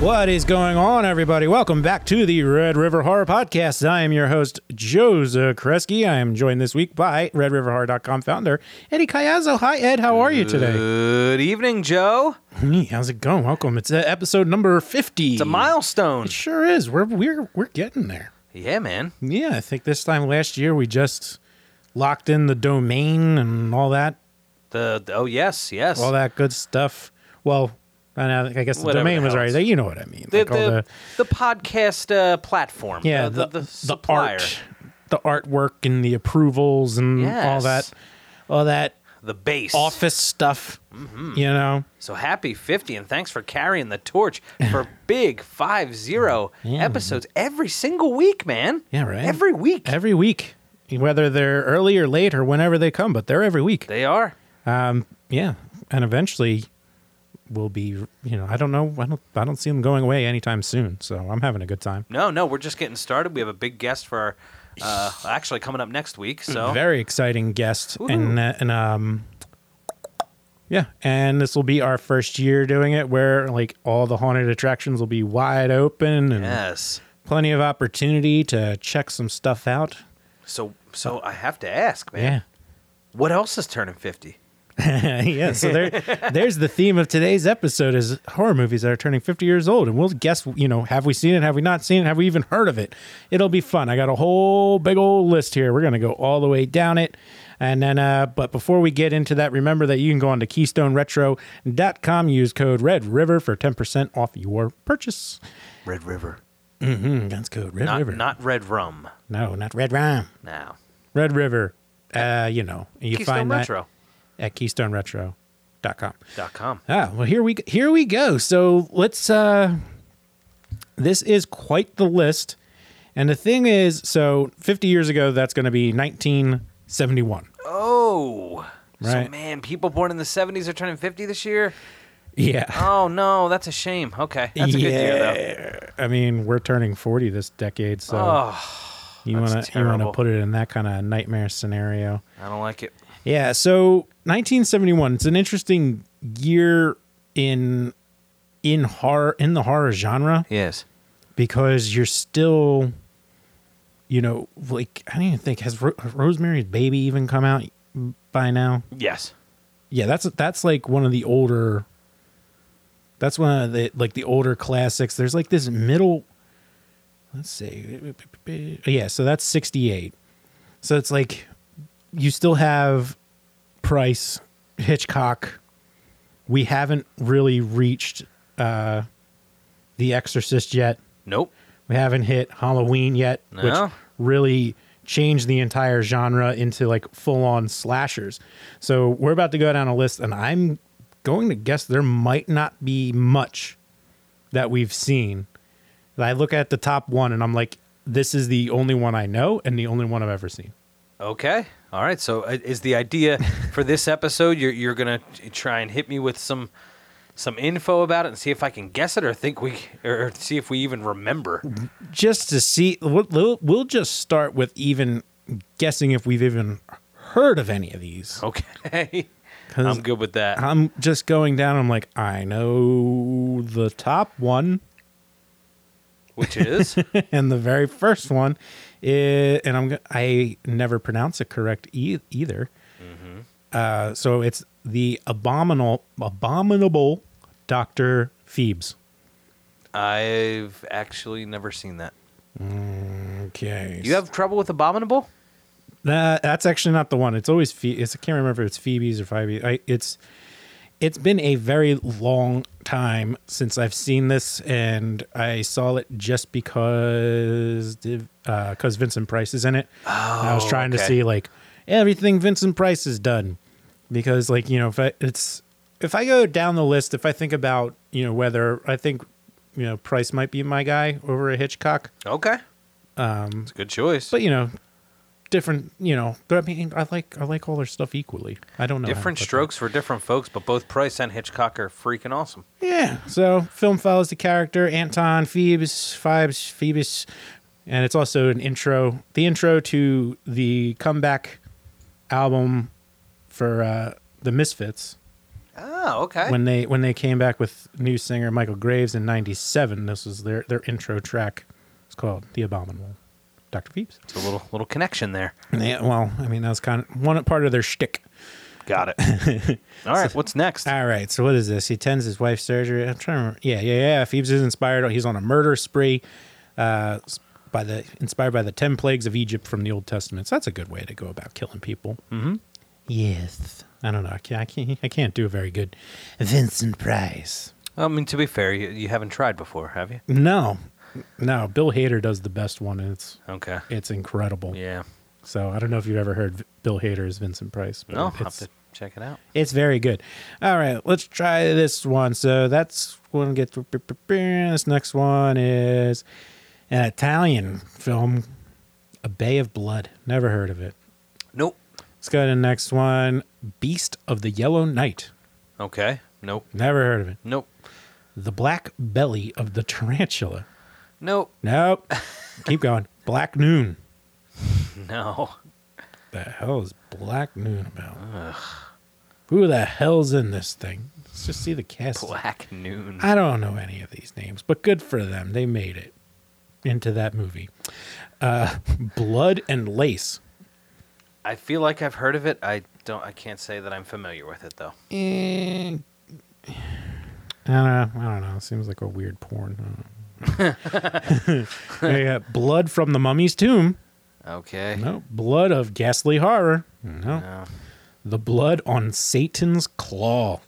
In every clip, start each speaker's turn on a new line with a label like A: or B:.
A: What is going on, everybody? Welcome back to the Red River Horror Podcast. I am your host, Joe Zakreski. I am joined this week by RedRiverHorror.com founder, Eddie Cayazzo. Hi, Ed. How are you today?
B: Good evening, Joe.
A: Hey, How's it going? Welcome. It's uh, episode number 50.
B: It's a milestone.
A: It sure is. We're, we're, we're getting there.
B: Yeah, man.
A: Yeah, I think this time last year we just locked in the domain and all that,
B: The, the- oh yes, yes.
A: all that good stuff. Well, I, know, I guess the
B: Whatever
A: domain
B: the
A: was
B: hell
A: right.
B: it's-
A: You know what I mean.
B: the,
A: Like all
B: the, the podcast uh, platform.
A: yeah,
B: Uh,
A: the, the,
B: supplier.
A: art, the artwork, and the approvals and all that,
B: Yes.
A: all that
B: the base.
A: office stuff.
B: Mm-hmm.
A: You know,
B: So happy 50 and thanks for carrying the torch for big 50
A: Yeah.
B: episodes every single week, man.
A: Yeah, right.
B: Every week.
A: every week, whether they're early or late or whenever they come, but they're every week.
B: they are.
A: Um, yeah, and eventually will be. You know, I don't know. I don't. I don't see them going away anytime soon. So I'm having a good time.
B: No, no, we're just getting started. We have a big guest for our, uh, actually coming up next week. So
A: Very exciting guest,
B: Woohoo.
A: and uh, and um, yeah, and this will be our first year doing it, where like all the haunted attractions will be wide open and
B: yes.
A: plenty of opportunity to check some stuff out.
B: So so I have to ask, man.
A: Yeah.
B: What else is turning 50?
A: yeah, so there, there's the theme of today's episode is horror movies that are turning 50 years old, and we'll guess. You know, have we seen it? Have we not seen it? Have we even heard of it? It'll be fun. I got a whole big old list here. We're gonna go all the way down it, and then. Uh, but before we get into that, remember that you can go on to KeystoneRetro.com, use code Red River for 10% off your purchase.
B: Red River.
A: Mm, that's code Red
B: Not
A: River.
B: not Red Rum.
A: no, not Red Rhyme.
B: Now.
A: Red River. Uh, you know, and you
B: Keystone
A: find that
B: Retro.
A: at KeystoneRetro.com.
B: Dot com.
A: Ah, well here we here we go. So let's uh this is quite the list. And the thing is, so 50 years ago that's going to be 1971.
B: Oh.
A: Right.
B: So man, people born in the 70s are turning 50 this year?
A: Yeah.
B: Oh no, that's a shame. Okay. That's a good year
A: I mean, we're turning 40 this decade, so
B: though. Oh,
A: you want
B: that's
A: to you want to
B: terrible.
A: put it in that kind of nightmare scenario.
B: I don't like it.
A: Yeah, so 1971. It's an interesting year in in horror in the horror genre.
B: Yes.
A: because you're still, you know, like I don't even think has Ro- Rosemary's Baby even come out by now.
B: Yes.
A: Yeah, that's that's like one of the older. That's one of the like the older classics. There's like this middle. Let's see. Yeah, so that's 68. So it's like you still have Price, Hitchcock. We haven't really reached uh The Exorcist yet.
B: Nope.
A: We haven't hit Halloween yet,
B: No.
A: which really changed the entire genre into like full on slashers. So we're about to go down a list, and I'm going to guess there might not be much that we've seen. And I look at the top one and I'm like, this is the only one I know and the only one I've ever seen.
B: Okay. All right. So uh, is the idea for this episode you're you're going to try and hit me with some some info about it and see if I can guess it or think we or see if we even remember.
A: Mm-hmm. Just to see, we'll, we'll, we'll just start with even guessing if we've even heard of any of these.
B: Okay.
A: 'Cause-
B: Oh, I'm good with that.
A: I'm just going down. I'm like, I know the top one.
B: Which is
A: and the very first one is, and I'm go- I never pronounce it correct e- either.
B: Mm-hmm.
A: Uh, so it's the abominable abominable Doctor Phoebes.
B: I've actually never seen that.
A: Okay,
B: You have trouble with abominable?
A: Nah, that's actually not the one. It's always Phoe- it's I can't remember if it's Phoebe's or Phoebe. I, it's it's been a very long time since I've seen this, and I saw it just because because Vincent Price is in it. And I was
B: Oh,
A: trying to
B: okay.
A: see like everything Vincent Price has done because like you know if I, it's if I go down the list, if I think about you know whether I think you know Price might be my guy over a Hitchcock.
B: Okay. Um, it's a good choice.
A: but you know, different. You know, but I mean, I like I like all their stuff equally. I don't know how
B: different
A: to put
B: strokes for different folks, but both Price and Hitchcock are freaking awesome.
A: that. Yeah. So film follows the character Anton Phoebus, Phoebus, Phoebus, and it's also an intro. The intro to the comeback album for uh, the Misfits.
B: Oh, okay.
A: when they when they came back with new singer Michael Graves in '97. This was their their intro track. It's called "The Abominable," Doctor Pepys.
B: it's a little little connection there.
A: And they, well, I mean that was kind of one part of their shtick.
B: Got it. All right, what's next?
A: All right, so what is this? He tends his wife's surgery. I'm trying to remember. Yeah, yeah, yeah. Phoebes is inspired. He's on a murder spree, uh, s- by the inspired by the ten plagues of Egypt from the Old Testament. So that's a good way to go about killing people. Mm-hmm. Yes. I don't know. I can't, I can't. I can't do a very good Vincent Price.
B: I mean, to be fair, you, you haven't tried before, have you?
A: No, no. Bill Hader does the best one, and it's
B: Okay.
A: it's incredible.
B: Yeah.
A: So I don't know if you've ever heard Bill Hader as Vincent Price. But
B: No, I'll have
A: it's,
B: to check it out.
A: it's very good. All right, let's try this one. So that's one get this next one is an Italian film, A Bay of Blood. Never heard of it.
B: Nope.
A: Let's go to the next one, Beast of the Yellow Knight.
B: Okay. Nope.
A: Never heard of it.
B: Nope.
A: The Black Belly of the Tarantula.
B: Nope.
A: Nope. Keep going. Black Noon.
B: No.
A: the hell is Black Noon about? Who the hell's in this thing? Let's just see the cast.
B: Black Noon.
A: I don't know any of these names, but good for them. They made it into that movie. Uh, Blood and Lace.
B: I feel like I've heard of it. I don't. I can't say that I'm familiar with it though.
A: Eh, I don't know. I don't know. It seems like a weird porn. I don't know. They got Blood from the Mummy's Tomb.
B: Okay.
A: No. Blood of Ghastly Horror. No.
B: No.
A: The Blood on Satan's Claw.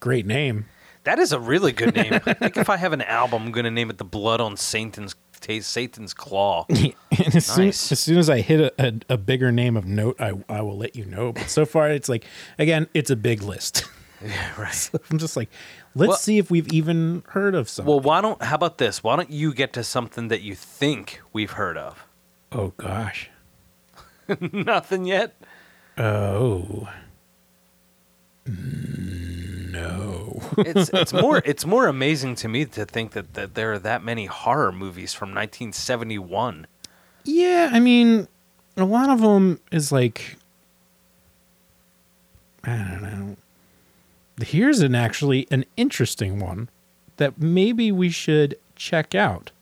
A: Great name.
B: That is a really good name. I think if I have an album, I'm gonna name it "The Blood on Satan's Ta- Satan's Claw."
A: and as, soon,
B: Nice.
A: as soon as I hit a, a, a bigger name of note, I, I will let you know. But so far, it's like, again, it's a big list.
B: right.
A: I'm just like, let's
B: Well-
A: see if we've even heard of some.
B: Well, why don't? How about this? Why don't you get to something that you think we've heard of?
A: oh, gosh.
B: Nothing yet.
A: Oh. No.
B: It's it's more it's more amazing to me to think that, that there are that many horror movies from 1971.
A: yeah, I mean, a lot of them is like, I don't know. Here's an actually an interesting one that maybe we should check out.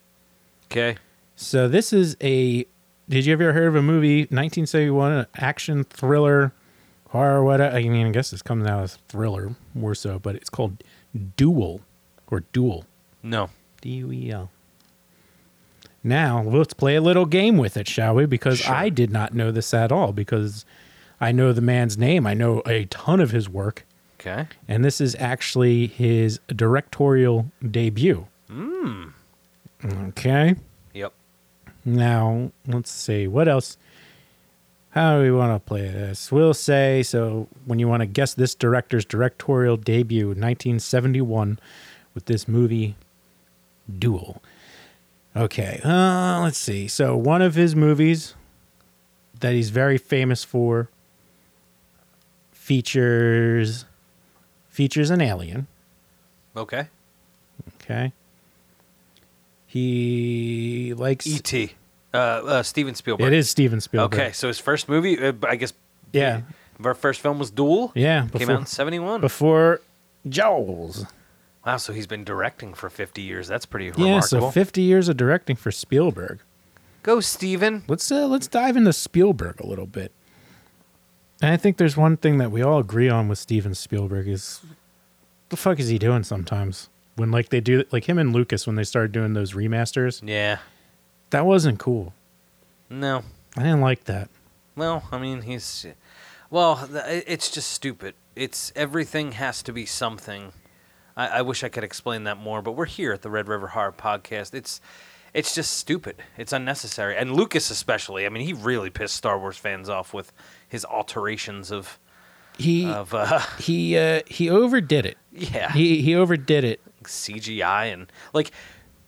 B: Okay.
A: So this is a. Did you ever hear of a movie 1971, an action thriller, horror? What I mean, I guess this comes out as thriller more so, but it's called Duel or Duel.
B: No.
A: D U E L. Now let's play a little game with it, shall we? Because
B: Sure.
A: I did not know this at all. Because I know the man's name, I know a ton of his work,
B: Okay.
A: and this is actually his directorial debut. Mm. Okay.
B: Yep.
A: Now, let's see. What else? How do we want to play this? We'll say so when you want to guess this director's directorial debut, 1971, with this movie, Duel. Okay, uh, let's see. So, one of his movies that he's very famous for features features an alien.
B: Okay.
A: Okay. He likes
B: E.T. Uh, uh, Steven Spielberg.
A: It is Steven Spielberg.
B: Okay, so his first movie, uh, I guess.
A: Yeah.
B: Our first film was Duel.
A: Yeah,
B: Came
A: before-
B: out in 71.
A: before Jaws.
B: wow, so he's been directing for 50 years. That's pretty
A: Yeah,
B: remarkable.
A: so 50 years of directing for Spielberg.
B: Go, Steven.
A: Let's uh, let's dive into Spielberg a little bit. And I think there's one thing that we all agree on with Steven Spielberg is the fuck is he doing sometimes when like they do like him and Lucas when they started doing those remasters.
B: Yeah.
A: That wasn't cool.
B: No.
A: I didn't like that.
B: Well, I mean, he's. Well, th- i- it's just stupid. It's everything has to be something. I, I wish I could explain that more, but we're here at the Red River Horror Podcast. It's, it's just stupid. It's unnecessary, and Lucas especially. I mean, he really pissed Star Wars fans off with his alterations of
A: He
B: of uh,
A: he uh, he overdid it.
B: yeah.
A: He he overdid it.
B: CGI and like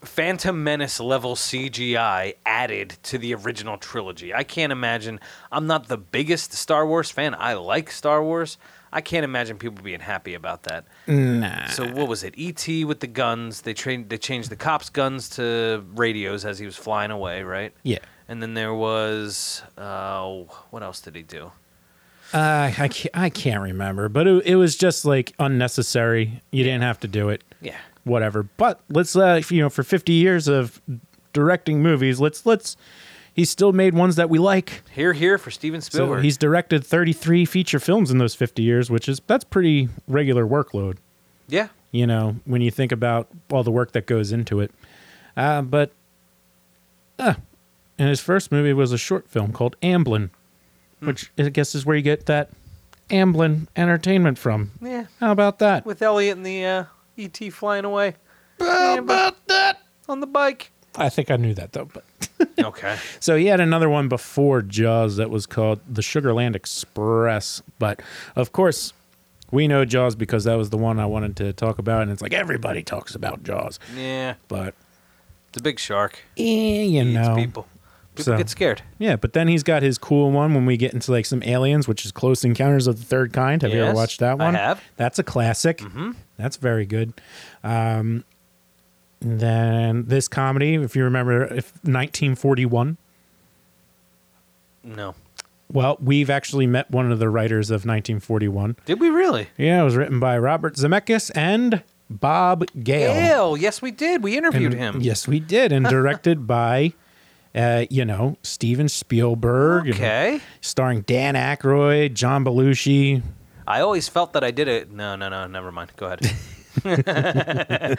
B: Phantom Menace level CGI added to the original trilogy. I can't imagine. I'm not the biggest Star Wars fan. I like Star Wars. I can't imagine people being happy about that.
A: Nah.
B: So what was it? ET with the guns. They trained. They changed the cops' guns to radios as he was flying away, right?
A: Yeah.
B: And then there was uh, what else did he do?
A: Uh, I can't, I can't remember, but it, it was just like unnecessary. You didn't have to do it.
B: Yeah.
A: Whatever. But let's uh, you know, for 50 years of directing movies, let's let's. He still made ones that we like.
B: Here, here for Steven
A: So
B: Spielberg.
A: he's directed 33 feature films in those 50 years, which is that's pretty regular workload.
B: yeah.
A: You know, when you think about all the work that goes into it. Uh, but, uh, and his first movie was a short film called Amblin, which I guess is where you get that Amblin entertainment from.
B: Yeah.
A: How about that?
B: With Elliot and the uh, ET flying away. How about that? On the bike.
A: I think I knew that though. But
B: okay.
A: so he had another one before Jaws that was called The Sugarland Express. But of course, we know Jaws because that was the one I wanted to talk about, and it's like everybody talks about Jaws.
B: Yeah.
A: But
B: It's a big shark.
A: eh, you
B: Eats
A: know,
B: people. People
A: So-
B: get scared.
A: yeah. But then he's got his cool one when we get into like some aliens, which is Close Encounters of the Third Kind. Have you ever
B: Yes,
A: watched that
B: I
A: one?
B: have. Mm-hmm.
A: That's a classic. That's very good. Um, then this comedy, if you remember, if 1941.
B: No.
A: Well, we've actually met one of the writers of 1941.
B: Did we really?
A: Yeah, it was written by Robert Zemeckis and Bob Gale.
B: Gail. Yes, we did. We interviewed
A: And-
B: him.
A: Yes, we did, and directed by, uh, you know, Steven Spielberg, and
B: Okay.
A: starring Dan Aykroyd, John Belushi.
B: I always felt that I did it. No, no, no. Never mind. Go ahead.
A: But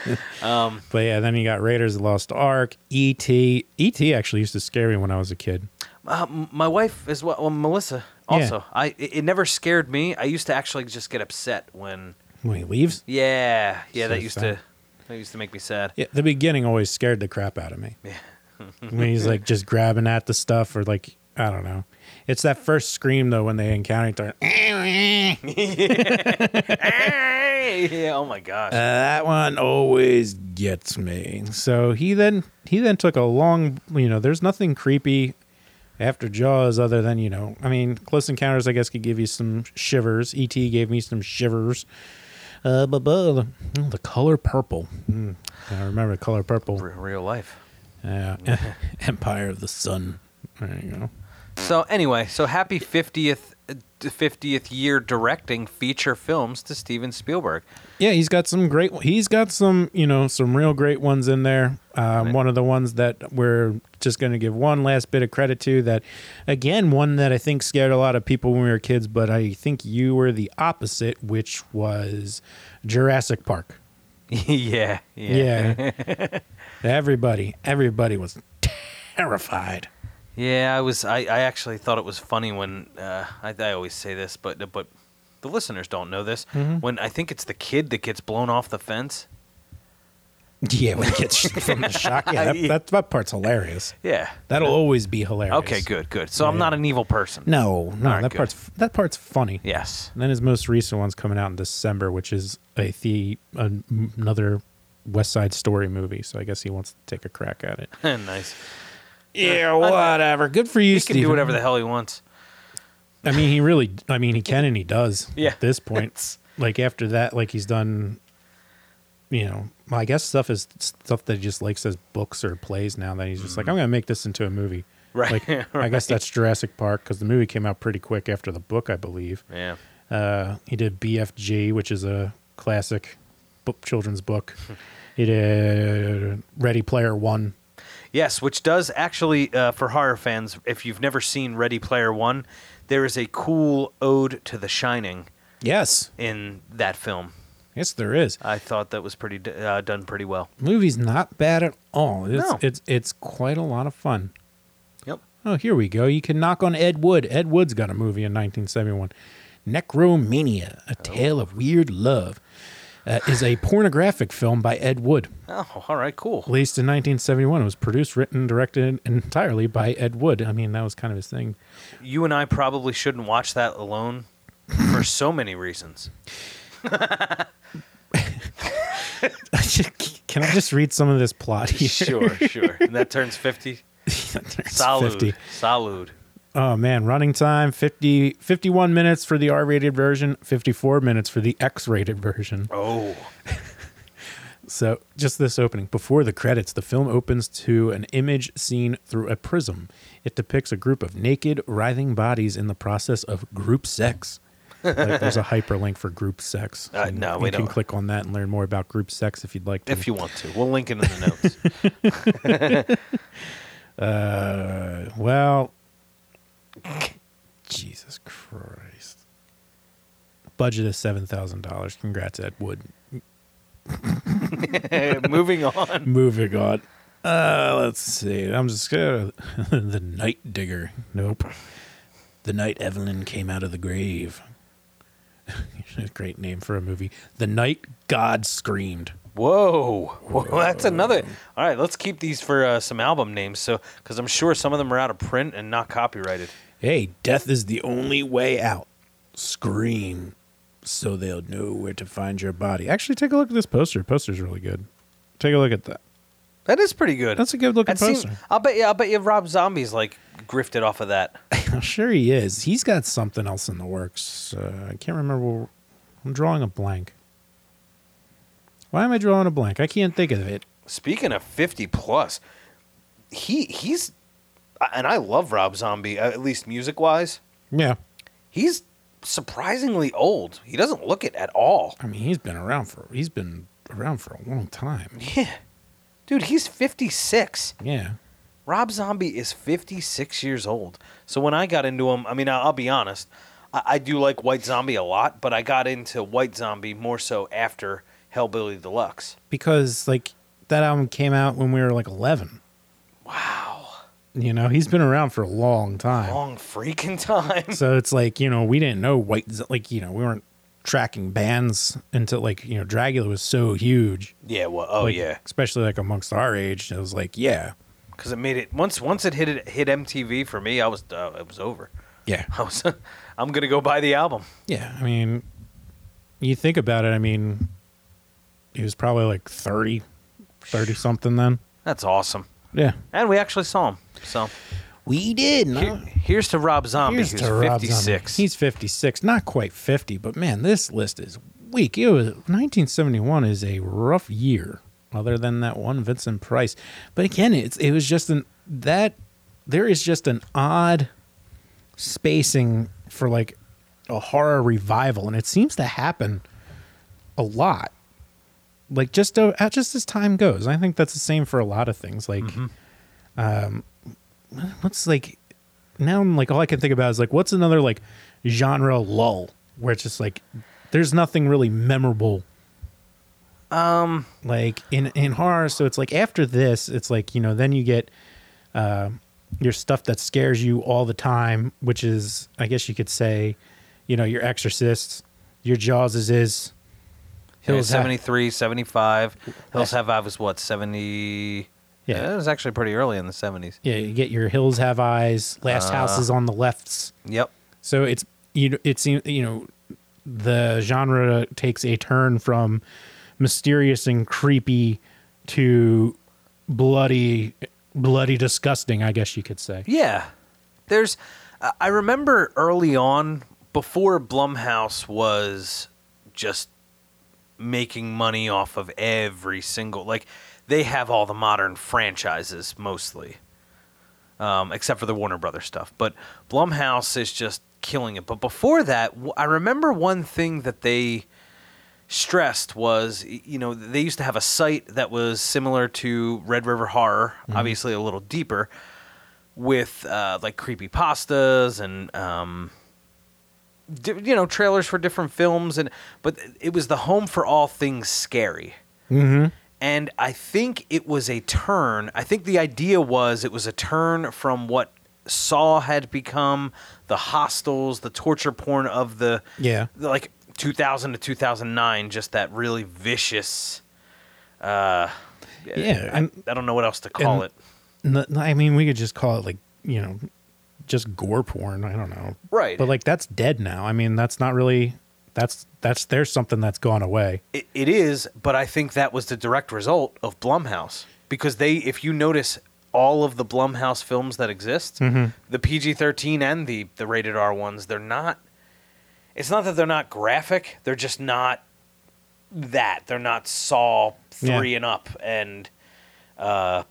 A: yeah, then you got Raiders of the Lost Ark, E E.T. E.T. actually used to scare me when I was a kid.
B: Uh, m- my wife as well, well Melissa
A: Yeah.
B: also. I it it never scared me. I used to actually just get upset when
A: When he leaves,
B: yeah, yeah,
A: So
B: that used
A: sad.
B: to that used to make me sad.
A: yeah, the beginning always scared the crap out of me.
B: Yeah.
A: when he's like just grabbing at the stuff or like I don't know. It's that first scream though when they encounter each other.
B: yeah, oh my gosh.
A: that one always gets me. So he then he then took a long you know, there's nothing creepy after Jaws other than, you know, I mean, Close Encounters I guess could give you some shivers. E. T. gave me some shivers. Uh, but, but oh, the color purple. Mm, I remember the color purple.
B: R- real life.
A: Yeah. Empire of the Sun. There you go.
B: So anyway, so happy 50th uh, 50th year directing feature films to Steven Spielberg.
A: Yeah, he's got some great. He's got some, you know, some real great ones in there. Um, One of the ones that we're just going to give one last bit of credit to. That, again, one that I think scared a lot of people when we were kids. But I think you were the opposite, which was Jurassic Park.
B: yeah, yeah.
A: Yeah, everybody, everybody was terrified.
B: Yeah, I was. I, I actually thought it was funny when uh, I, I always say this, but but the listeners don't know this.
A: Mm-hmm.
B: When I think it's the kid that gets blown off the fence.
A: Yeah, when it gets from the shock. Yeah, that, that, that part's hilarious.
B: Yeah.
A: That'll always be hilarious.
B: Okay. Good. Good. So I'm
A: Yeah.
B: not an evil person.
A: No, no,
B: All right,
A: that
B: good.
A: part's that part's funny.
B: Yes.
A: And then his most recent one's coming out in December, which is a the an- another West Side Story movie. So I guess he wants to take a crack at it.
B: nice.
A: Yeah, whatever. Good for you,
B: He can do whatever the hell he wants.
A: I mean, he really. I mean, he can and he does.
B: Yeah.
A: At this point, like after that, like he's done. You know, I guess stuff is stuff that he just likes as books or plays now. That he's just like, I'm gonna make this into a movie.
B: Right,
A: Like, I guess that's Jurassic Park because the movie came out pretty quick after the book, I believe.
B: Yeah.
A: Uh, he did BFG, which is a classic book, children's book. he did Ready Player One.
B: Yes, which does actually, uh, for horror fans, if you've never seen Ready Player One, there is a cool ode to The Shining
A: Yes,
B: in that film.
A: yes, there is.
B: I thought that was pretty d- uh, done pretty well.
A: Movie's not bad at all. It's,
B: No.
A: it's it's quite a lot of fun.
B: Yep.
A: Oh, here we go. You can knock on Ed Wood. Ed Wood's got a movie in 1971. Necromania, A Tale of Weird Love, uh, is a pornographic film by Ed Wood.
B: Oh, all right, cool.
A: Released in 1971, it was produced, written, and directed entirely by Ed Wood. I mean, that was kind of his thing.
B: You and I probably shouldn't watch that alone for so many reasons.
A: Can I just read some of this plot? here?
B: Sure, sure. And that turns 50.
A: It's
B: Salud.
A: 50.
B: Salud.
A: Oh man, running time 50 51 minutes for the R-rated version, 54 minutes for the X-rated version.
B: Oh.
A: So, just this opening. Before the credits, the film opens to an image seen through a prism. It depicts a group of naked, writhing bodies in the process of group sex. like there's a hyperlink for group sex.
B: Uh,
A: And
B: no,
A: you
B: we
A: can
B: don't.
A: click on that and learn more about group sex if you'd like to.
B: If you want to, we'll link it in the notes.
A: Uh, well, Jesus Christ. Budget is seven thousand dollars. Congrats, Ed Wood.
B: Moving on.
A: Moving on. Uh, let's see. I'm just gonna the Night Digger. Nope. The Night Evelyn came out of the grave. Great name for a movie. The Night God Screamed.
B: Whoa. Well, that's another. All right, let's keep these for uh, some album names, so because I'm sure some of them are out of print and not copyrighted.
A: Hey, death is the only way out. Scream so they'll know where to find your body. Actually, take a look at this poster. Poster's really good. Take a look at that.
B: That is pretty good.
A: That's a good looking
B: That seem-
A: poster.
B: I'll bet you. I'll bet you Rob Zombie's like grifted off of that.
A: I'm sure he is. He's got something else in the works. Uh, I can't remember. where- I'm drawing a blank. Why am I drawing a blank? I can't think of it.
B: Speaking of 50 plus, he he's and I love Rob Zombie at least music wise.
A: Yeah.
B: He's surprisingly old. He doesn't look it at all.
A: I mean, he's been around for he's been around for a long time.
B: Yeah. Dude, he's 56.
A: Yeah.
B: Rob Zombie is 56 years old. So when I got into him, I mean, I- I'll be honest, I, I do like White Zombie a lot, but I got into White Zombie more so after Hellbilly Deluxe.
A: Because like that album came out when we were like 11.
B: Wow.
A: You know, he's been around for a long time.
B: Long freaking time.
A: so it's like you know we didn't know white Z- like you know we weren't tracking bands until like you know dragula was so huge
B: Yeah, well, oh
A: like,
B: yeah.
A: especially like amongst our age it was like yeah
B: because it made it once once it hit it hit MTV for me. I was uh, it was over.
A: yeah
B: I was I'm gonna go buy the album.
A: yeah i mean you think about it i mean he was probably like 30 30 something then
B: That's awesome.
A: yeah
B: And we actually saw him. So
A: we did no.
B: here- here's to Rob Zombie,
A: Here's
B: who's
A: to Rob Zombie.
B: 56.
A: He's 56, not quite 50, but man, this list is weak. It was 1971 is a rough year, other than that one Vincent Price. But again, it's it was just an that there is just an odd spacing for like a horror revival, and it seems to happen a lot. Like just uh, just as time goes, I think that's the same for a lot of things. Like,
B: Mm-hmm.
A: um, what's like now I'm like all I can think about is like what's another like genre lull where it's just like there's nothing really memorable
B: um,
A: like in in horror so it's like after this it's like you know then you get uh, your stuff that scares you all the time which is I guess you could say you know your exorcists your jaws is is
B: yeah,
A: Have-
B: 73, 75. Hills Have Eyes was what 70.
A: Yeah.
B: it was actually pretty early in the 70s.
A: yeah you get your hills have eyes last house is on the lefts
B: Yep.
A: So it's you know, it's you know the genre takes a turn from mysterious and creepy to bloody bloody disgusting, I guess you could say.
B: Yeah. There's I- I remember early on before Blumhouse was just making money off of every single like they have all the modern franchises mostly. Um, except for the Warner Brothers stuff, but Blumhouse is just killing it. But before that, w- I remember one thing that they stressed was y- you know they used to have a site that was similar to Red River Horror, obviously a little deeper, with uh, like creepy pastas and um, di- you know trailers for different films and but it was the home for all things scary
A: Mm-hmm.
B: and i think it was a turn i think the idea was it was a turn from what saw had become the hostels the torture porn of the
A: Yeah.
B: like 2000 to 2009 just that really vicious uh
A: Yeah,
B: I,
A: and-
B: I don't know what else to call
A: and-
B: it
A: N- n- I mean, we could just call it like you know, just gore porn. I don't know,
B: Right.
A: But like that's dead now. I mean, that's not really that's that's there's something that's gone away.
B: It, it is, but I think that was the direct result of Blumhouse because they, if you notice, all of the Blumhouse films that exist,
A: Mm-hmm.
B: the PG thirteen and the the rated R ones, they're not. It's not that they're not graphic; they're just not that. They're not Saw
A: Yeah.
B: three and up and uh,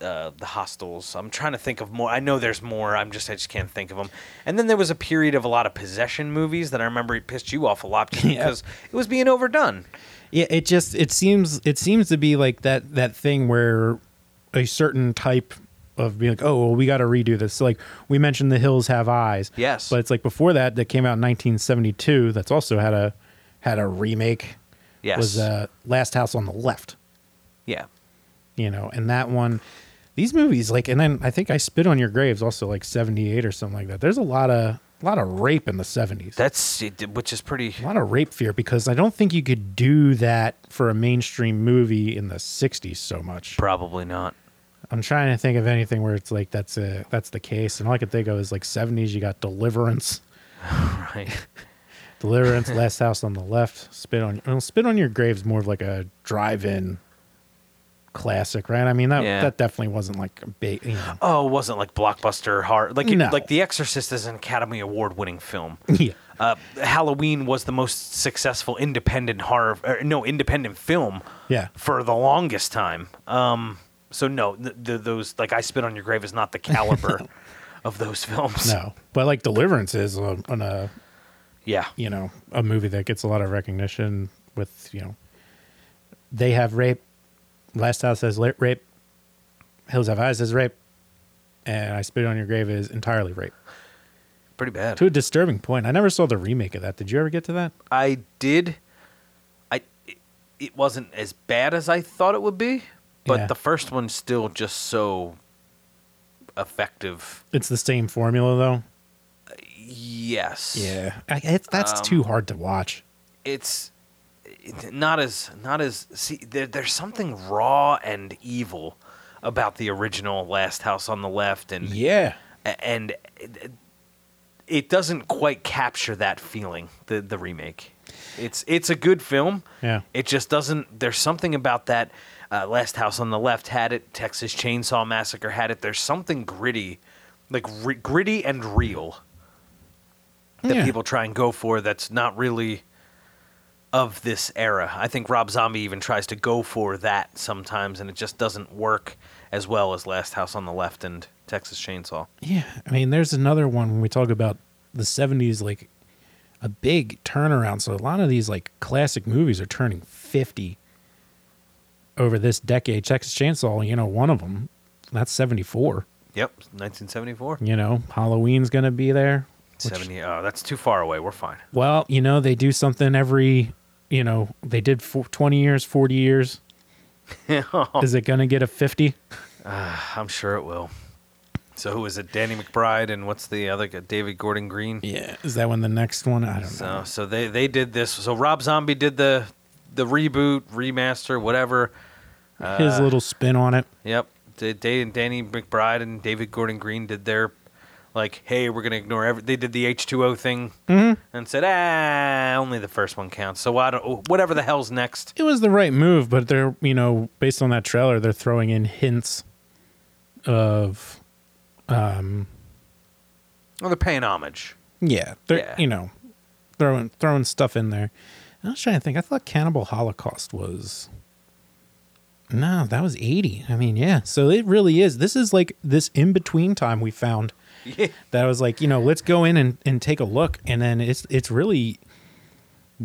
B: uh, the hostels. I'm trying to think of more. I know there's more. I'm just I just can't think of them. And then there was a period of a lot of possession movies that I remember it pissed you off a lot just because it was being overdone.
A: Yeah, it just it seems it seems to be like that that thing where a certain type of being like, oh, well, we got to redo this. So like we mentioned, The Hills Have Eyes.
B: Yes.
A: but it's like before that, that came out in 1972. That's also had a had a remake.
B: Yes.
A: was uh, Last House on the Left.
B: yeah.
A: You know, and that one, these movies like, and then I think I Spit on Your Graves also like 78 or something like that. There's a lot of a lot of rape in the 70s.
B: That's it, which is pretty.
A: a lot of rape fear because I don't think you could do that for a mainstream movie in the 60s so much.
B: Probably not.
A: I'm trying to think of anything where it's like that's a that's the case and all I could think of is like 70s you got Deliverance,
B: Right.
A: Deliverance, Last House on the Left, Spit on well, Spit on Your Grave's more of like a drive-in classic, right? I mean that
B: Yeah.
A: that definitely wasn't like a big you know.
B: Oh, it wasn't like blockbuster hard. Like it,
A: No.
B: like The Exorcist is an Academy Award winning film.
A: yeah.
B: Uh, Halloween was the most successful independent horror, or no, independent film
A: Yeah.
B: for the longest time. Um, so no, th th those like I spit on your grave is not the caliber of those films.
A: No. But like Deliverance is on, on a
B: Yeah,
A: you know a movie that gets a lot of recognition with you know they have rape last house says la- rape hills have eyes says rape and i spit on your grave is entirely rape
B: pretty bad.
A: to a disturbing point i never saw the remake of that did you ever get to that
B: I did. I it, it wasn't as bad as I thought it would be, but
A: Yeah.
B: the first one's still just so effective.
A: it's the same formula though
B: Yes.
A: I, it's, that's too hard to watch
B: it's it- not as not as see there, there's something raw and evil about the original last house on the left and
A: yeah
B: a- and it- it doesn't quite capture that feeling the the remake it's it's a good film
A: yeah
B: it just doesn't there's something about that uh, last house on the left had it texas chainsaw massacre had it there's something gritty like re- gritty and real that
A: Yeah.
B: people try and go for that's not really of this era. I think Rob Zombie even tries to go for that sometimes, and it just doesn't work as well as Last House on the Left and Texas Chainsaw.
A: Yeah, I mean, there's another one when we talk about the '70s, like a big turnaround. So a lot of these like classic movies are turning 50 over this decade. Texas Chainsaw, you know, one of them. That's '74.
B: Yep, 1974.
A: You know, Halloween's gonna be there. which-
B: 70. Oh, that's too far away. We're fine.
A: well, you know, they do something every. You know, they did for 20 years, 40 years. Is it gonna get a 50?
B: I'm sure it will. So who is it? Danny McBride and what's the other guy? David Gordon Green?
A: Yeah. Is that when the next one? I don't
B: So
A: know.
B: so they they did this. So Rob Zombie did the the reboot, remaster, whatever.
A: His
B: uh,
A: little spin on it.
B: Yep. Da- Da- Danny McBride and David Gordon Green did their, like, hey, we're going to ignore every. They did the H2O thing and said, ah, only the first one counts. So I don't, whatever the hell's next.
A: it was the right move, but they're you know based on that trailer, they're throwing in hints of
B: Well, they're paying homage.
A: yeah, they're
B: Yeah.
A: you know throwing throwing stuff in there. I was trying to think. I thought Cannibal Holocaust was no, that was eighty. I mean, yeah. So it really is. This is like this in between time we found that was like you know let's go in and, and take a look, and then it's it's really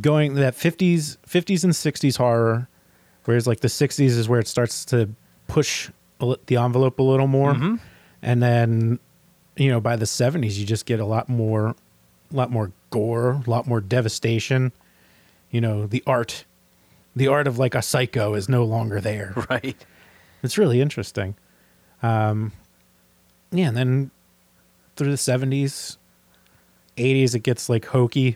A: going that fifties fifties and sixties horror, whereas like the sixties is where it starts to push a li- the envelope a little more,
B: Mm-hmm.
A: and then you know by the seventies you just get a lot more, lot more gore, a lot more devastation. You know the art, the art of like a psycho is no longer there.
B: Right.
A: It's really interesting. Um, yeah, and then through the seventies, eighties, it gets like hokey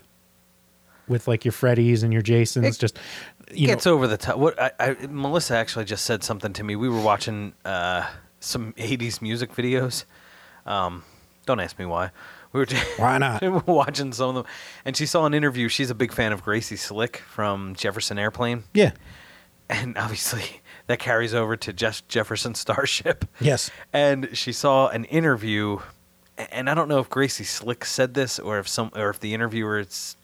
A: with like your Freddy's and your Jasons.
B: It-
A: just you know,
B: gets over the top. What I, I, Melissa actually just said something to me. We were watching uh, some '80s music videos. Um, don't ask me why. We were
A: Why not?
B: we were watching some of them, and she saw an interview. She's a big fan of Gracie Slick from Jefferson Airplane,
A: yeah,
B: and obviously that carries over to Jeff Jefferson Starship.
A: yes,
B: And she saw an interview, a- and I don't know if Gracie Slick said this or if some or if the interviewer it's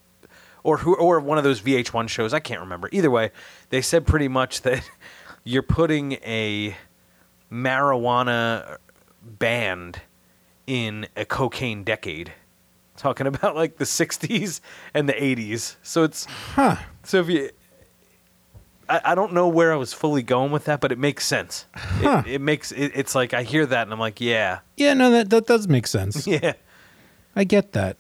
B: or who or one of those VH1 shows. I can't remember. Either way, they said pretty much that you're putting a marijuana band in a cocaine decade. Talking about like the 60s and the 80s. So it's
A: Huh.
B: so if you, I, I don't know where I was fully going with that, but it makes sense.
A: Huh.
B: It, it makes it, it's like I hear that and I'm like, yeah,
A: Yeah, no, that, that does make sense.
B: yeah,
A: I get that.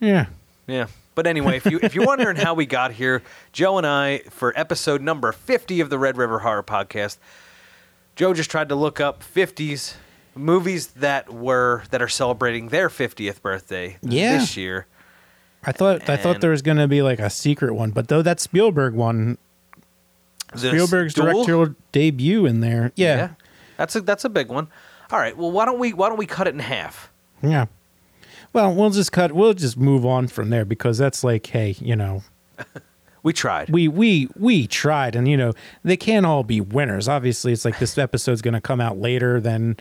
A: Yeah.
B: yeah. But anyway, if you if you're wondering how we got here, Joe and I for episode number 50 of the Red River Horror Podcast, Joe just tried to look up 50s movies that were that are celebrating their 50th birthday
A: Yeah.
B: this year.
A: I thought I thought
B: And-
A: there was going to be like a secret one, but though that Spielberg one,
B: The
A: Spielberg's
B: Duel?
A: directorial debut in there. Yeah.
B: That's a that's a big one. All right. Well, why don't we why don't we cut it in half?
A: Yeah. Well, we'll just cut we'll just move on from there because that's like, hey, you know,
B: We tried.
A: we we we tried and you know, they can't all be winners. Obviously, it's like this episode's going to come out later than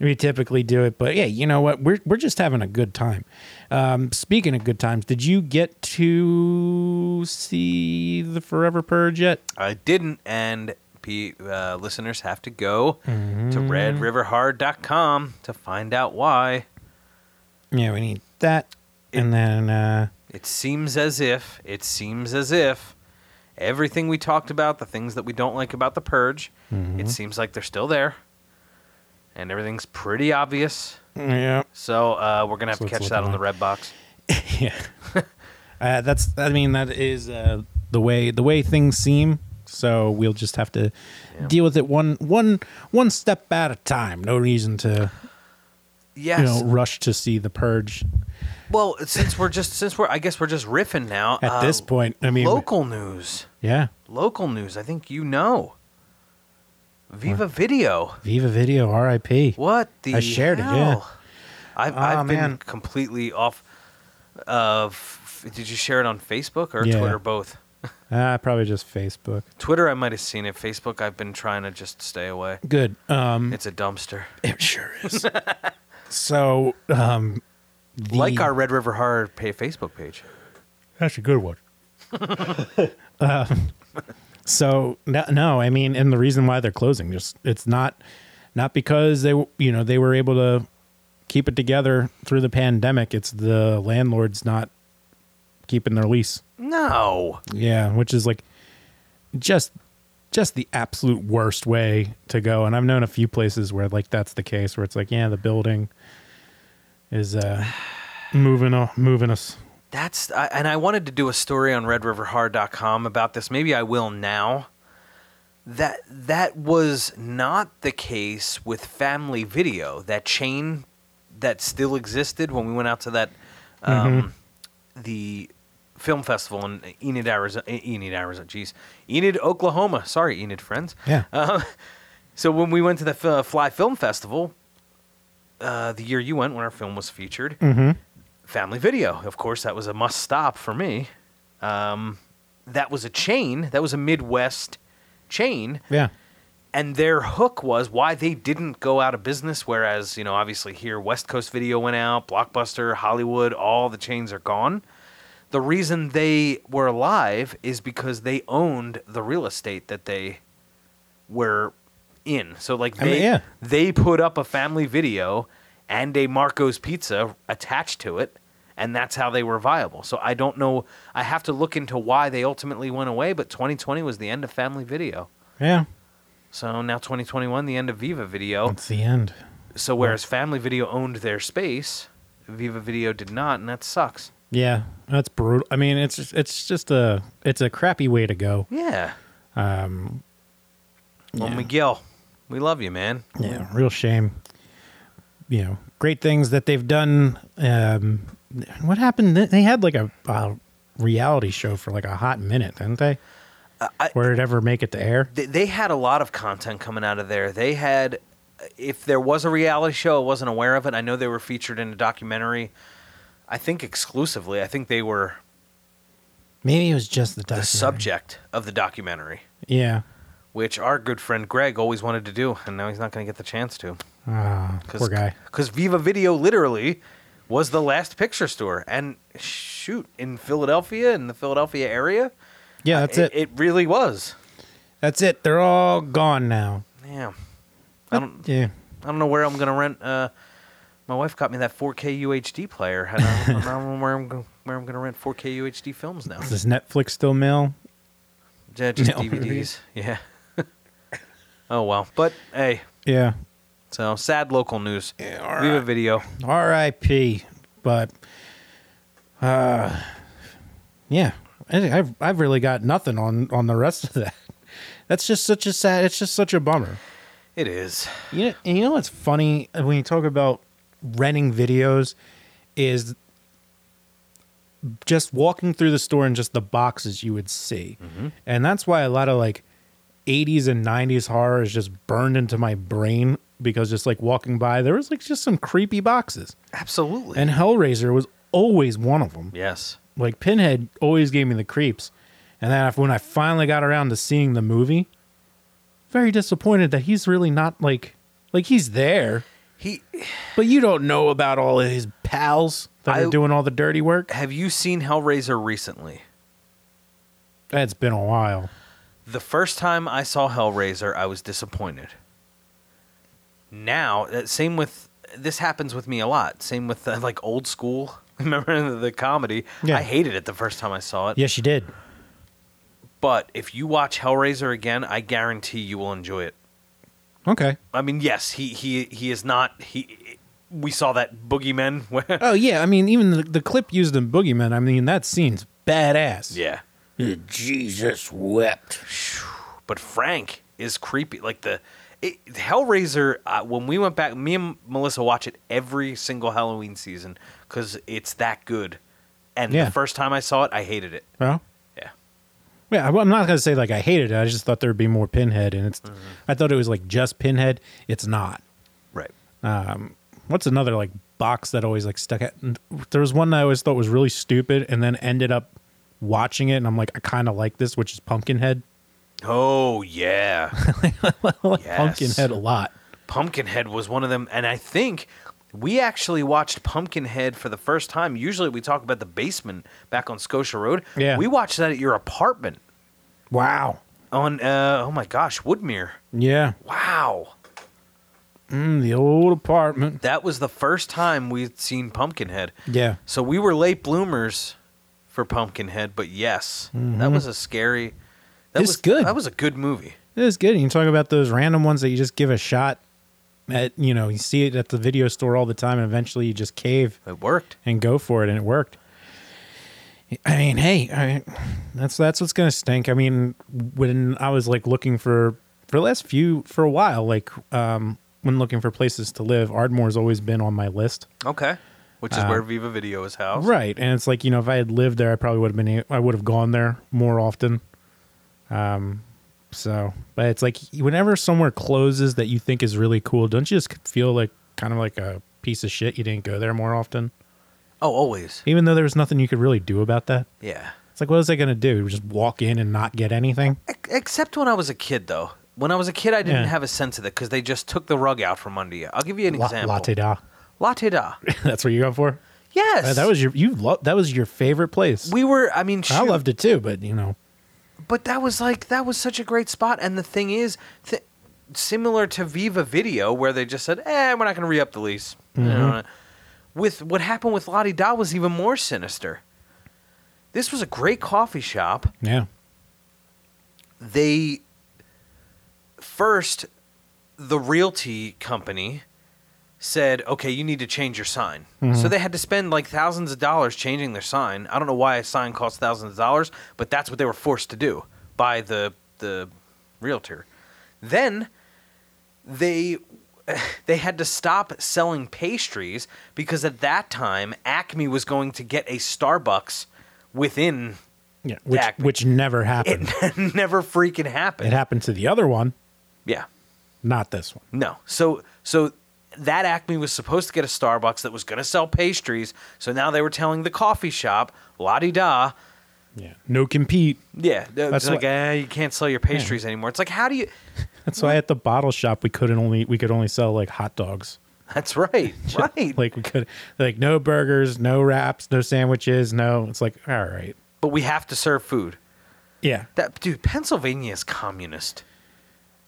A: we typically do it, but yeah, you know what? We're we're just having a good time. Um, speaking of good times, did you get to see the Forever Purge yet?
B: I didn't, and pe- uh, listeners have to go to
A: Mm-hmm.
B: redriverhard.com to find out why.
A: Yeah, we need that. and then uh
B: It seems as if, it seems as if everything we talked about, the things that we don't like about the purge,
A: Mm-hmm.
B: it seems like they're still there. And everything's pretty obvious.
A: yeah,
B: So uh, we're going to have
A: So
B: to
A: it's
B: catch that on
A: looking
B: the red box.
A: yeah. uh, that's I mean that is uh, the way the way things seem. So we'll just have to
B: Yeah.
A: deal with it one one one step at a time. No reason to
B: Yes.
A: you know rush to see the purge
B: well, since we're just, since we're, I guess we're just riffing now.
A: at
B: uh,
A: this point. I mean,
B: local news.
A: yeah.
B: local news. I think you know. Viva Video.
A: Viva Video, R.I.P.
B: What the?
A: I shared it,
B: hell?
A: yeah.
B: I've,
A: Aw,
B: I've been
A: man.
B: completely off. Of did you share it on Facebook or
A: Yeah.
B: Twitter? Both.
A: Ah, probably just Facebook.
B: Twitter, I might have seen it. Facebook, I've been trying to just stay away.
A: Good. Um,
B: It's a dumpster.
A: it sure is. so, um, the-
B: like our Red River Horror pay Facebook page.
A: That's a good one. Um, so no, no, I mean, and the reason why they're closing just it's not not because they w- you know they were able to keep it together through the pandemic. It's the landlords not keeping their lease.
B: No.
A: Yeah, which is like just just the absolute worst way to go. And I've known a few places where like that's the case where it's like yeah, the building is uh moving o- moving us.
B: That's I, and I wanted to do a story on redriverhard.com about this. Maybe I will now. That that was not the case with Family Video, that chain that still existed when we went out to that um, the film festival in Enid, Arizona. Enid, Arizona. Jeez, Enid, Oklahoma. Sorry, Enid friends.
A: Yeah.
B: Uh, so when we went to the F- uh, Fly Film Festival, uh, the year you went, when our film was featured,
A: Mhm.
B: Family Video, of course, that was a must stop for me. Um, that was a chain. That was a Midwest chain,
A: Yeah.
B: and their hook was why they didn't go out of business. Whereas, you know, obviously here, West Coast Video went out, Blockbuster, Hollywood, all the chains are gone. The reason they were alive is because they owned the real estate that they were in. So like
A: I
B: they
A: mean, yeah.
B: they put up a family video and a Marco's pizza attached to it, and that's how they were viable. So I don't know. I have to look into why they ultimately went away. But 2020 was the end of family video.
A: Yeah.
B: So now 2021, the end of Viva Video.
A: That's the end.
B: So whereas Family Video owned their space, Viva Video did not, and that sucks.
A: Yeah, that's brutal. I mean, it's just, it's just a it's a crappy way to go.
B: Yeah.
A: Um,
B: Well,
A: Yeah.
B: Miguel, we love you, man.
A: yeah, real shame. You know, great things that they've done. Um, what happened? They- They had like a, a reality show for like a hot minute, didn't they?
B: I-
A: Where it ever make it to air?
B: They, they had a lot of content coming out of there. They had, if there was a reality show, I wasn't aware of it. I know they were featured in a documentary. I think exclusively. I think they were
A: Maybe it was just the
B: the
A: documentary.
B: subject of the documentary,
A: Yeah.
B: which our good friend Greg always wanted to do, and now he's not going to get the chance to.
A: Ah,
B: Cause,
A: poor guy.
B: Because Viva Video literally was the last picture store. And shoot, in Philadelphia, in the Philadelphia area,
A: Yeah, that's it.
B: It really was.
A: That's it. They're all gone now.
B: Yeah. I don't
A: Yeah.
B: I don't know where I'm gonna rent. Uh, my wife got me that 4K UHD player. and I don't, I don't know where I'm go- where I'm gonna rent 4K UHD films now.
A: Does Netflix still mail?
B: Yeah, just
A: No.
B: DVDs. Yeah. oh well, but hey.
A: Yeah.
B: So sad local news. we have a video.
A: R.I.P. But, uh, yeah, I- I've I've really got nothing on on the rest of that. That's just such a sad. It's just such a bummer.
B: It is.
A: You know, and you know what's funny uh, when you talk about renting videos is just walking through the store and just the boxes you would see. And that's why a lot of like 80s and 90s horror is just burned into my brain because just like walking by there was like just some creepy boxes.
B: Absolutely.
A: And Hellraiser was always one of them.
B: yes.
A: Like Pinhead always gave me the creeps. And then when I finally got around to seeing the movie, very disappointed that he's really not like like he's there,
B: He.
A: but you don't know about all of his pals that
B: I-
A: are doing all the dirty work.
B: Have you seen Hellraiser recently?
A: That's been a while.
B: The first time I saw Hellraiser, I was disappointed. Now, uh, same with this happens with me a lot. Same with uh, like old school. Remember the, the comedy?
A: Yeah.
B: I hated it the first time I saw it.
A: Yes, you did.
B: But if you watch Hellraiser again, I guarantee you will enjoy it.
A: Okay.
B: I mean, yes, he he he is not he. We saw that boogeyman. where-
A: Oh yeah, I mean even the, the clip used in Boogeyman, I mean that scene's badass.
B: yeah,
A: Jesus wept.
B: but Frank is creepy. Like the it, Hellraiser, uh, when we went back, me and Melissa watch it every single Halloween season because it's that good. And
A: Yeah.
B: the first time I saw it, I hated it.
A: Well,
B: Yeah,
A: Yeah, I- well, I'm not gonna say like I hated it. I just thought there'd be more Pinhead, and it's. I thought it was like just Pinhead. It's not.
B: right.
A: What's another like box that always like stuck at? There was one that I always thought was really stupid, and then ended up watching it, and I'm like, I kind of like this, which is Pumpkinhead.
B: Oh yeah,
A: I like
B: Yes.
A: Pumpkinhead a lot.
B: Pumpkinhead was one of them, and I think. We actually watched Pumpkinhead for the first time. Usually, we talk about the basement back on Scotia Road.
A: Yeah.
B: we watched that at your apartment.
A: Wow.
B: on uh oh my gosh woodmere
A: Yeah.
B: wow
A: Mm, the old apartment.
B: that was the first time we'd seen pumpkinhead
A: Yeah.
B: so we were late bloomers for pumpkinhead but yes that was a scary that
A: Mm-hmm. It's
B: was
A: good.
B: that was a good movie
A: It is good. And you talk about those random ones that you just give a shot at. You know, you see it at the video store all the time, and eventually you just cave.
B: it worked
A: and go for it, and it worked. I mean, hey, I, that's that's what's gonna stink. I mean, when I was like looking for for the last few for a while, like um, when looking for places to live, Ardmore's always been on my list,
B: okay which is where viva video is housed
A: Uh, right? And it's like you know, if I had lived there, I probably would have been I would have gone there more often. Um, so, but it's like whenever somewhere closes that you think is really cool, don't you just feel like kind of like a piece of shit you didn't go there more often,
B: oh always
A: even though there was nothing you could really do about that.
B: yeah
A: It's like, what is they going to do? Just walk in and not get anything?
B: Ex- except when i was a kid though when i was a kid i didn't
A: Yeah.
B: have a sense of that because they just took the rug out from under you i'll give you an
A: La-
B: example
A: latte da.
B: latte da
A: That's what you go for.
B: yes
A: Uh, that was your you lo- that was your favorite place.
B: we were i mean
A: I
B: shoot.
A: loved it too, but you know,
B: but that was like that was such a great spot and the thing is th- similar to viva video where they just said eh we're not going to re-up the lease You know, with what happened with lottie da was even more sinister this was a great coffee shop
A: yeah,
B: they first the realty company said okay you need to change your sign so they had to spend like thousands of dollars changing their sign i don't know why a sign costs thousands of dollars but that's what they were forced to do by the the realtor then they they had to stop selling pastries because at that time acme was going to get a starbucks within
A: yeah, which
B: Exactly.
A: which never happened.
B: it never freaking
A: It,
B: happened
A: happened to the other one,
B: yeah
A: not this one.
B: No. So so that Acme was supposed to get a Starbucks that was going to sell pastries. So now they were telling the coffee shop, la di da.
A: Yeah, no compete.
B: Yeah,
A: That's
B: it's like
A: what-
B: eh, you can't sell your pastries anymore. It's like how do you?
A: That's why at the bottle shop we couldn't only we could only sell like hot dogs.
B: That's right. Right.
A: Like we could like no burgers, no wraps, no sandwiches, no. It's like all right.
B: but we have to serve food.
A: Yeah.
B: That dude, Pennsylvania is communist.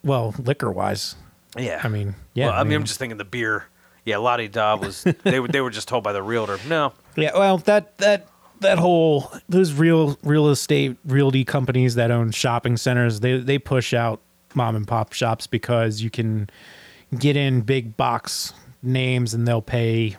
A: Well, liquor wise,
B: Yeah.
A: I mean, yeah.
B: well, I mean, I'm just thinking the beer. Yeah, Lottie Dob was they were they were just told by the realtor. No,
A: yeah. Well, that that that whole those real real estate realty companies that own shopping centers, they they push out mom and pop shops because you can get in big box names and they'll pay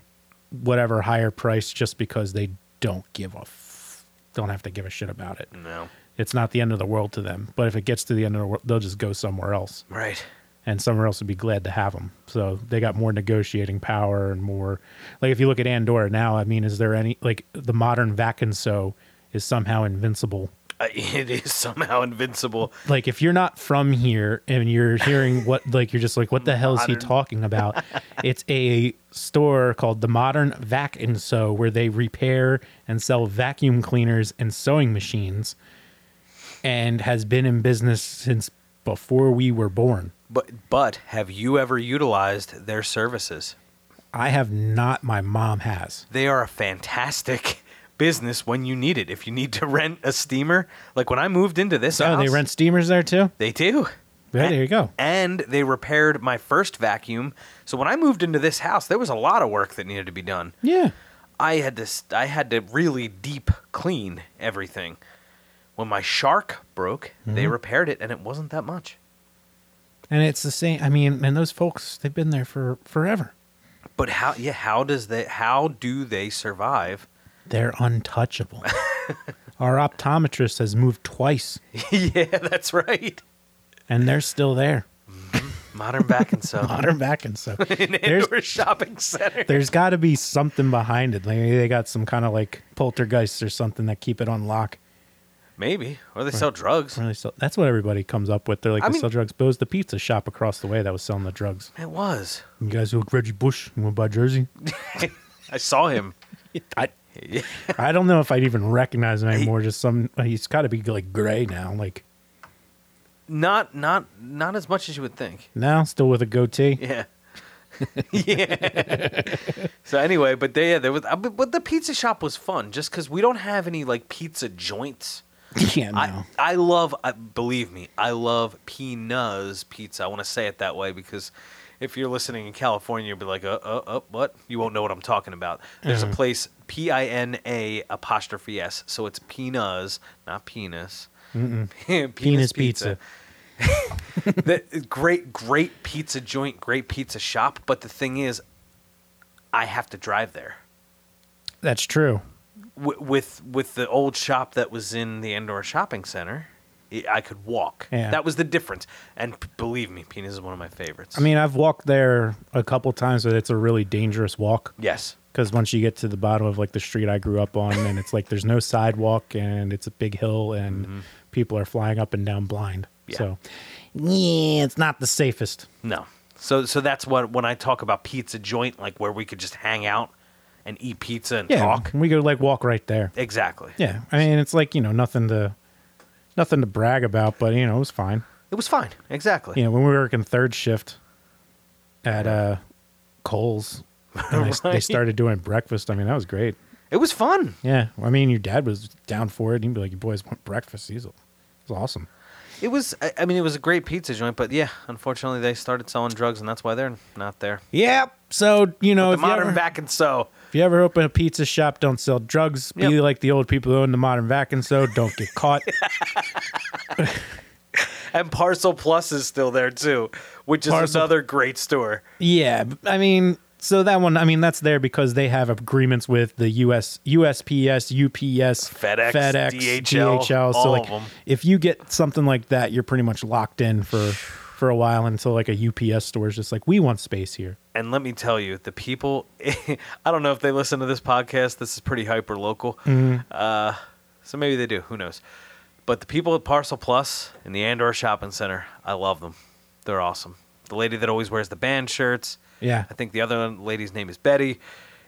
A: whatever higher price just because they don't give a f- don't have to give a shit about it.
B: no,
A: It's not the end of the world to them, but if it gets to the end of the world, they'll just go somewhere else.
B: right.
A: and somewhere else would be glad to have them. So they got more negotiating power and more. Like if you look at Andorra now, I mean, is there any like the modern Vacanso is somehow invincible?
B: Uh, it is somehow invincible.
A: Like if you're not from here and you're hearing what like you're just like what the hell is he
B: Modern.
A: talking about? it's a store called the Modern Vac and So where they repair and sell vacuum cleaners and sewing machines, and has been in business since before we were born.
B: But but have you ever utilized their services?
A: I have not. My mom has.
B: They are a fantastic business when you need it. If you need to rent a steamer, like when I moved into this
A: So
B: house,
A: Oh, they rent steamers there too.
B: They do.
A: Yeah, there you go.
B: And they repaired my first vacuum. So when I moved into this house, there was a lot of work that needed to be done.
A: Yeah,
B: I had to s- I had to really deep clean everything. When my shark broke, they
A: Mm-hmm.
B: repaired it, and it wasn't that much.
A: and it's the same. I mean, and those folks they've been there for forever.
B: But how? Yeah, how does they? How do they survive?
A: They're untouchable. Our optometrist has moved twice,
B: yeah, that's right.
A: and they're still there.
B: Modern back and so
A: Modern back and so
B: in
A: there's
B: indoor shopping center.
A: there's got to be something behind it. Like, Maybe they got some kind of like poltergeists or something that keep it on lock.
B: Maybe, or they sell drugs.
A: Really, so that's what everybody comes up with. They're like,
B: I
A: they
B: mean-
A: sell drugs. Bo's the pizza shop across the way that was selling the drugs.
B: It was.
A: You guys look Reggie Bush. You want to buy Jersey?
B: I saw him.
A: I, I don't know if I'd even recognize him anymore. Just some, he's got to be like gray now. Like
B: Not, not, not as much as you would think.
A: now, still with a goatee.
B: Yeah. yeah. so anyway, but they, yeah, there was, I mean, but the pizza shop was fun just because we don't have any like pizza joints.
A: Yeah, no.
B: I, I love, I, believe me, I love Pina's pizza. I want to say it that way because if you're listening in California, you'll be like, uh, uh, uh, what? You won't know what I'm talking about. There's
A: Mm-hmm.
B: a place, P I N A apostrophe S. So it's Pina's, not penis. Penis,
A: Penis pizza.
B: that great, great pizza joint, great pizza shop. But the thing is, I have to drive there.
A: That's true.
B: W- with with the old shop that was in the Andorra shopping center, I- I could walk.
A: Yeah.
B: That was the difference. And p- believe me, Penis is one of my favorites.
A: I mean, I've walked there a couple times, but it's a really dangerous walk
B: yes,
A: because once you get to the bottom of like the street I grew up on, and it's like there's no sidewalk and it's a big hill, and people are flying up and down blind.
B: Yeah.
A: So, yeah, it's not the safest.
B: no. So so that's what when I talk about pizza joint, like where we could just hang out and eat pizza and
A: Yeah,
B: talk.
A: we could like walk right there.
B: Exactly.
A: Yeah, I mean, it's like you know nothing to nothing to brag about, but you know it was fine.
B: It was fine. Exactly.
A: you know, when we were working third shift at uh Cole's, and they, they
B: Right.
A: started doing breakfast. I mean, that was great.
B: It was fun.
A: Yeah, I mean, your dad was down for it. and He'd be like, "You boys want breakfast?" He's, it was awesome.
B: It was. I, I mean, it was a great pizza joint, but yeah, unfortunately, they started selling drugs, and that's why they're not there.
A: Yep. So you know,
B: The
A: if you,
B: modern
A: ever,
B: back and so.
A: if you ever open a pizza shop, don't sell drugs. Be
B: Yep.
A: like the old people who own the modern vac and so don't get caught.
B: And Parcel Plus is still there too, which is
A: Parcel-
B: another great store.
A: yeah, b- I mean. So that one, I mean, that's there because they have agreements with the US, USPS, UPS,
B: FedEx, DHL,
A: so
B: all
A: like,
B: of 'em.
A: if you get something like that, you're pretty much locked in for for a while until like a UPS store is just like, we want space here.
B: And let me tell you, the people, I don't know if they listen to this podcast. This is pretty hyper local.
A: Mm-hmm.
B: Uh, so maybe they do. Who knows? But the people at Parcel Plus in the Andor Shopping Center, I love them. They're awesome. The lady that always wears the band shirts.
A: Yeah.
B: I think the other lady's name is Betty.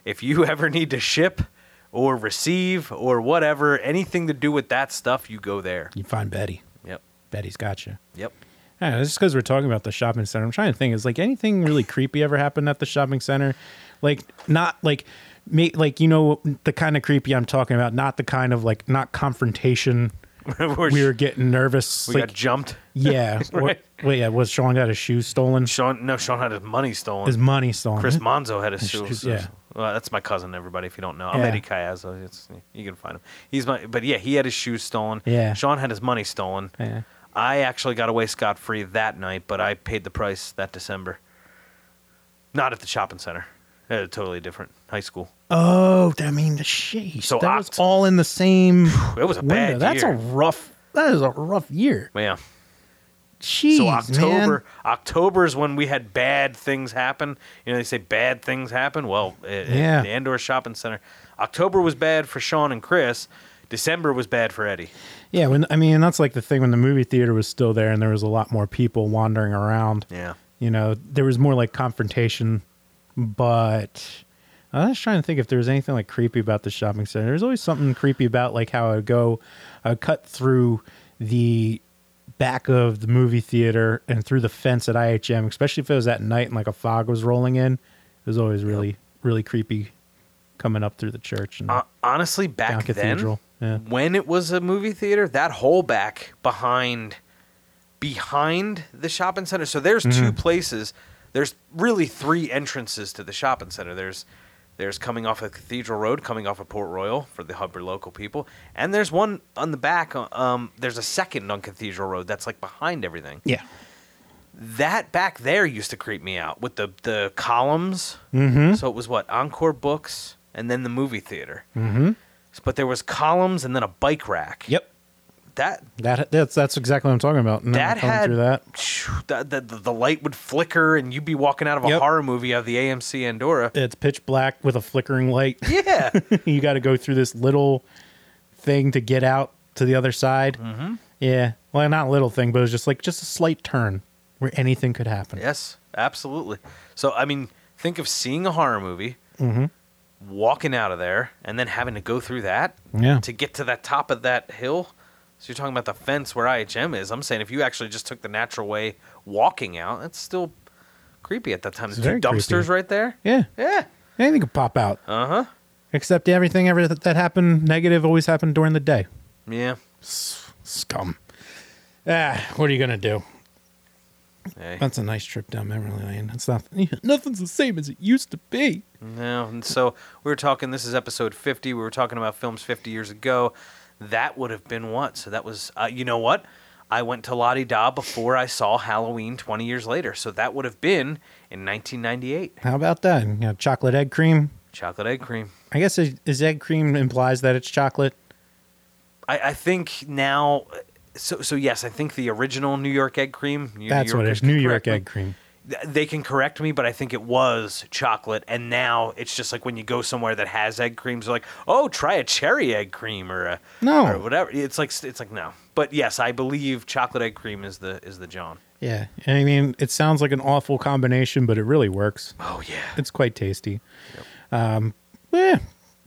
B: If you ever need to ship or receive or whatever, anything to do with that stuff, you go there.
A: You find Betty.
B: Yep.
A: Betty's got you.
B: Yep.
A: I don't know, just because we're talking about the shopping center, I'm trying to think. Is like anything really creepy ever happened at the shopping center? Like not like me, like you know the kind of creepy I'm talking about. Not the kind of like not confrontation.
B: We're-
A: We were getting nervous.
B: we
A: like,
B: got jumped.
A: yeah.
B: Right.
A: Or, wait, yeah. Was Sean got his shoes stolen?
B: Sean, no, Sean had his money stolen.
A: His money stolen.
B: Chris Monzo had a shoe.
A: shoes, Mm-hmm. yeah.
B: Well, that's my cousin, everybody, if you don't know. I'm
A: Yeah.
B: Eddie Caiazzo. It's, you can find him. He's my, but yeah, he had his shoes stolen.
A: Yeah.
B: Sean had his money stolen.
A: Yeah.
B: I actually got away scot free that night, but I paid the price that December. Not at the shopping center. At a totally different high school.
A: Oh, I mean, the sheesh.
B: So
A: that
B: I-
A: was all in the same.
B: It was a
A: window.
B: bad
A: That's a
B: year.
A: rough. That is a rough year.
B: Yeah.
A: Jeez,
B: so October,
A: man.
B: October is when we had bad things happen. You know, they say bad things happen. Well, at, at
A: Yeah.
B: the Andor Shopping Center, October was bad for Sean and Chris. December was bad for Eddie.
A: Yeah, when I mean, that's like the thing when the movie theater was still there and there was a lot more people wandering around.
B: Yeah.
A: You know, there was more like confrontation, but I was trying to think if there was anything like creepy about the shopping center. There's always something creepy about like how I would go, I would cut through the back of the movie theater and through the fence at IHM, especially if it was at night and like a fog was rolling in. It was always really, really creepy coming up through the church and
B: Uh, honestly, back
A: down
B: then,
A: Cathedral. Yeah.
B: when it was a movie theater, that whole back behind behind the shopping center. So there's two
A: Mm-hmm.
B: places. There's really three entrances to the shopping center. There's there's coming off of Cathedral Road, coming off of Port Royal for the Hubbard local people, and there's one on the back. uh, Um, there's a second on Cathedral Road that's like behind everything.
A: Yeah.
B: That back there used to creep me out with the the columns.
A: Mm-hmm.
B: So it was what Encore Books and then the movie theater.
A: Mm-hmm.
B: But there was columns and then a bike rack.
A: Yep.
B: That
A: That that's that's exactly what I'm talking about. Now
B: that
A: I'm coming
B: had
A: through that.
B: Phew, the, the, the light would flicker and you'd be walking out of a
A: Yep.
B: horror movie out of the AMC Andorra.
A: It's pitch black with a flickering light.
B: Yeah.
A: you got to go through this little thing to get out to the other side. Mm-hmm. Yeah, well, not little thing, but it was just like just a slight turn where anything could happen.
B: yes, absolutely. So I mean, think of seeing a horror movie,
A: Mhm.
B: walking out of there and then having to go through that
A: Yeah.
B: to get to that top of that hill. So you're talking about the fence where IHM is. I'm saying if you actually just took the natural way walking out, that's still creepy at that time.
A: It's
B: The two
A: very creepy.
B: dumpsters right there.
A: Yeah,
B: Yeah.
A: anything could pop out.
B: Uh huh.
A: Except everything ever that, that happened negative always happened during the day.
B: Yeah.
A: Scum. Ah, what are you gonna do?
B: Hey.
A: That's a nice trip down memory lane. It's not nothing's the same as it used to be.
B: No, and so we were talking. This is episode fifty. We were talking about films fifty years ago. That would have been what? So that was, uh, you know what? I went to Lottie Da before I saw Halloween twenty years later. So that would have been in nineteen ninety eight.
A: How about that? You know, chocolate egg cream.
B: Chocolate egg cream.
A: I guess is is egg cream implies that it's chocolate.
B: I, I think now. So so yes, I think the original New York egg cream. New
A: That's what it
B: Yorkers
A: is. New
B: can
A: York
B: correct me.
A: egg cream.
B: Th- They can correct me, but I think it was chocolate, and now it's just like when you go somewhere that has egg creams, they're like, "Oh, try a cherry egg cream or a
A: No.
B: or whatever." It's like it's like no, but yes, I believe chocolate egg cream is the is the John.
A: Yeah. And I mean, it sounds like an awful combination, but it really works.
B: Oh yeah,
A: It's quite tasty. Um, eh,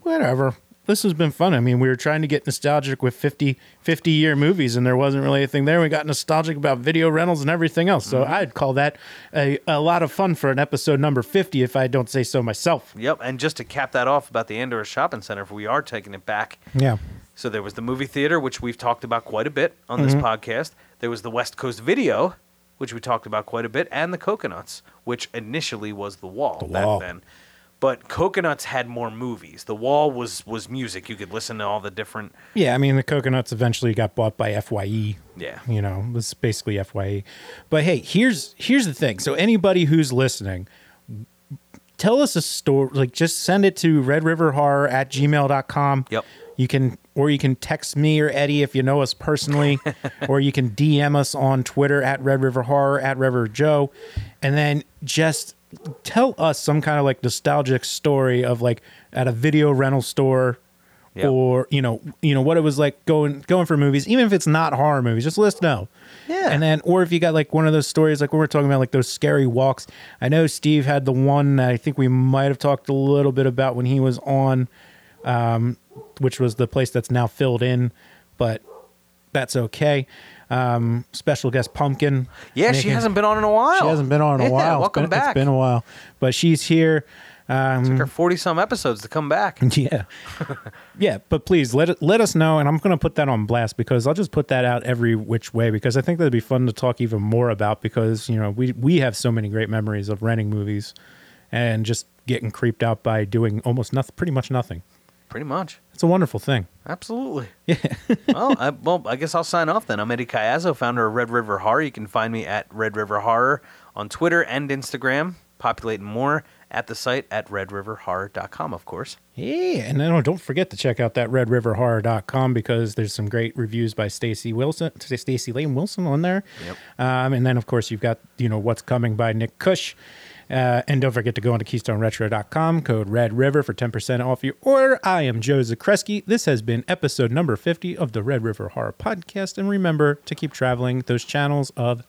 A: whatever. This has been fun. I mean, we were trying to get nostalgic with 50, 50 year movies, and there wasn't really anything there. We got nostalgic about video rentals and everything else. So I'd call that a, a lot of fun for an episode number 50, if I don't say so myself.
B: yep. And just to cap that off about the Andor Shopping Center, if we are taking it back,
A: Yeah.
B: So there was the movie theater, which we've talked about quite a bit on
A: Mm-hmm.
B: this podcast. There was the West Coast video, which we talked about quite a bit, and the coconuts, which initially was the wall
A: The
B: back
A: Wall.
B: then. But coconuts had more movies. The wall was was music. You could listen to all the different
A: Yeah. I mean, the coconuts eventually got bought by FYE.
B: yeah.
A: you know this is basically fye but hey here's here's the thing so anybody who's listening tell us a story like just send it to red river horror at gmail.com
B: Yep.
A: you can or you can text me or eddie if you know us personally or you can dm us on twitter at red river horror at red river joe and then just tell us some kind of like nostalgic story of like at a video rental store
B: Yep.
A: or you know you know what it was like going going for movies even if it's not horror movies just let us know
B: Yeah.
A: and then or if you got like one of those stories like we were talking about like those scary walks i know steve had the one that i think we might have talked a little bit about when he was on um which was the place that's now filled in but that's okay Um, special guest Pumpkin.
B: Yeah, she
A: making-
B: hasn't been on in a while.
A: She hasn't been on in a
B: Yeah,
A: while. It's
B: Welcome
A: been-
B: back.
A: It's been a while, but she's here. Um,
B: forty some episodes to come back.
A: yeah, yeah. But please let let us know, and I'm going to put that on blast because I'll just put that out every which way because I think that'd be fun to talk even more about because you know we we have so many great memories of renting movies and just getting creeped out by doing almost nothing, pretty much nothing.
B: Pretty much.
A: It's a wonderful thing.
B: Absolutely. Yeah. well, I, well, I guess I'll sign off then. I'm Eddie Caiazzo, founder of Red River Horror. You can find me at Red River Horror on Twitter and Instagram. Populate more at the site at redriverhorror.com, of course.
A: Yeah, and then oh, don't forget to check out that redriverhorror.com because there's some great reviews by Stacy Wilson, Stacy Lane Wilson on there.
B: Yep.
A: Um, and then of course you've got you know what's coming by Nick Cush. Uh, and don't forget to go on to KeystoneRetro.com, code Red River for 10% off your order. I am Joe Zakreski. This has been episode number 50 of the Red River Horror Podcast. And remember to keep traveling those channels of